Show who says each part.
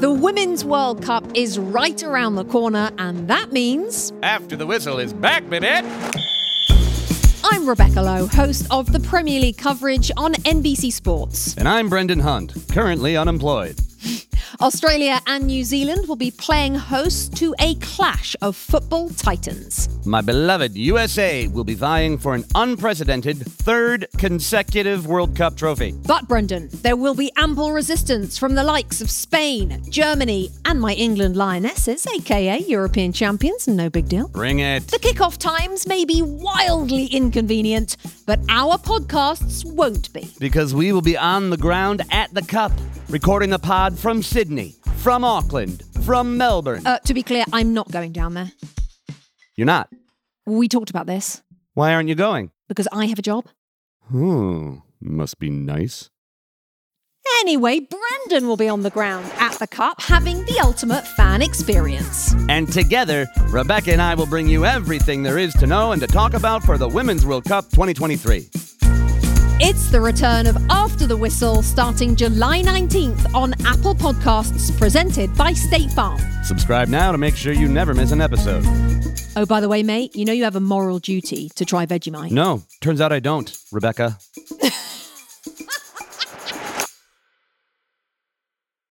Speaker 1: The Women's World Cup is right around the corner, and that means
Speaker 2: After the whistle is back, Bibette.
Speaker 1: I'm Rebecca Lowe, host of the Premier League coverage on NBC Sports.
Speaker 3: And I'm Brendan Hunt, currently unemployed.
Speaker 1: Australia and New Zealand will be playing host to a clash of football titans.
Speaker 3: My beloved USA will be vying for an unprecedented third consecutive World Cup trophy.
Speaker 1: But, Brendan, there will be ample resistance from the likes of Spain, Germany, and my England Lionesses, aka European champions, no big deal.
Speaker 3: Bring it.
Speaker 1: The kickoff times may be wildly inconvenient, but our podcasts won't be.
Speaker 3: Because we will be on the ground at the Cup, recording the pod from Sydney, from Auckland, from Melbourne.
Speaker 1: Uh, to be clear, I'm not going down there.
Speaker 3: You're not.
Speaker 1: We talked about this
Speaker 3: Why aren't you going?
Speaker 1: because I have a job.
Speaker 3: Hmm, must be nice.
Speaker 1: Anyway, Brendan will be on the ground at the Cup having the ultimate fan experience.
Speaker 3: And together, Rebecca and I will bring you everything there is to know and to talk about for the Women's World Cup 2023.
Speaker 1: It's the return of After the Whistle starting July 19th on Apple Podcasts, presented by State Farm.
Speaker 3: Subscribe now to make sure you never miss an episode.
Speaker 1: Oh, by the way, mate, you know you have a moral duty to try Vegemite.
Speaker 3: No, turns out I don't, Rebecca.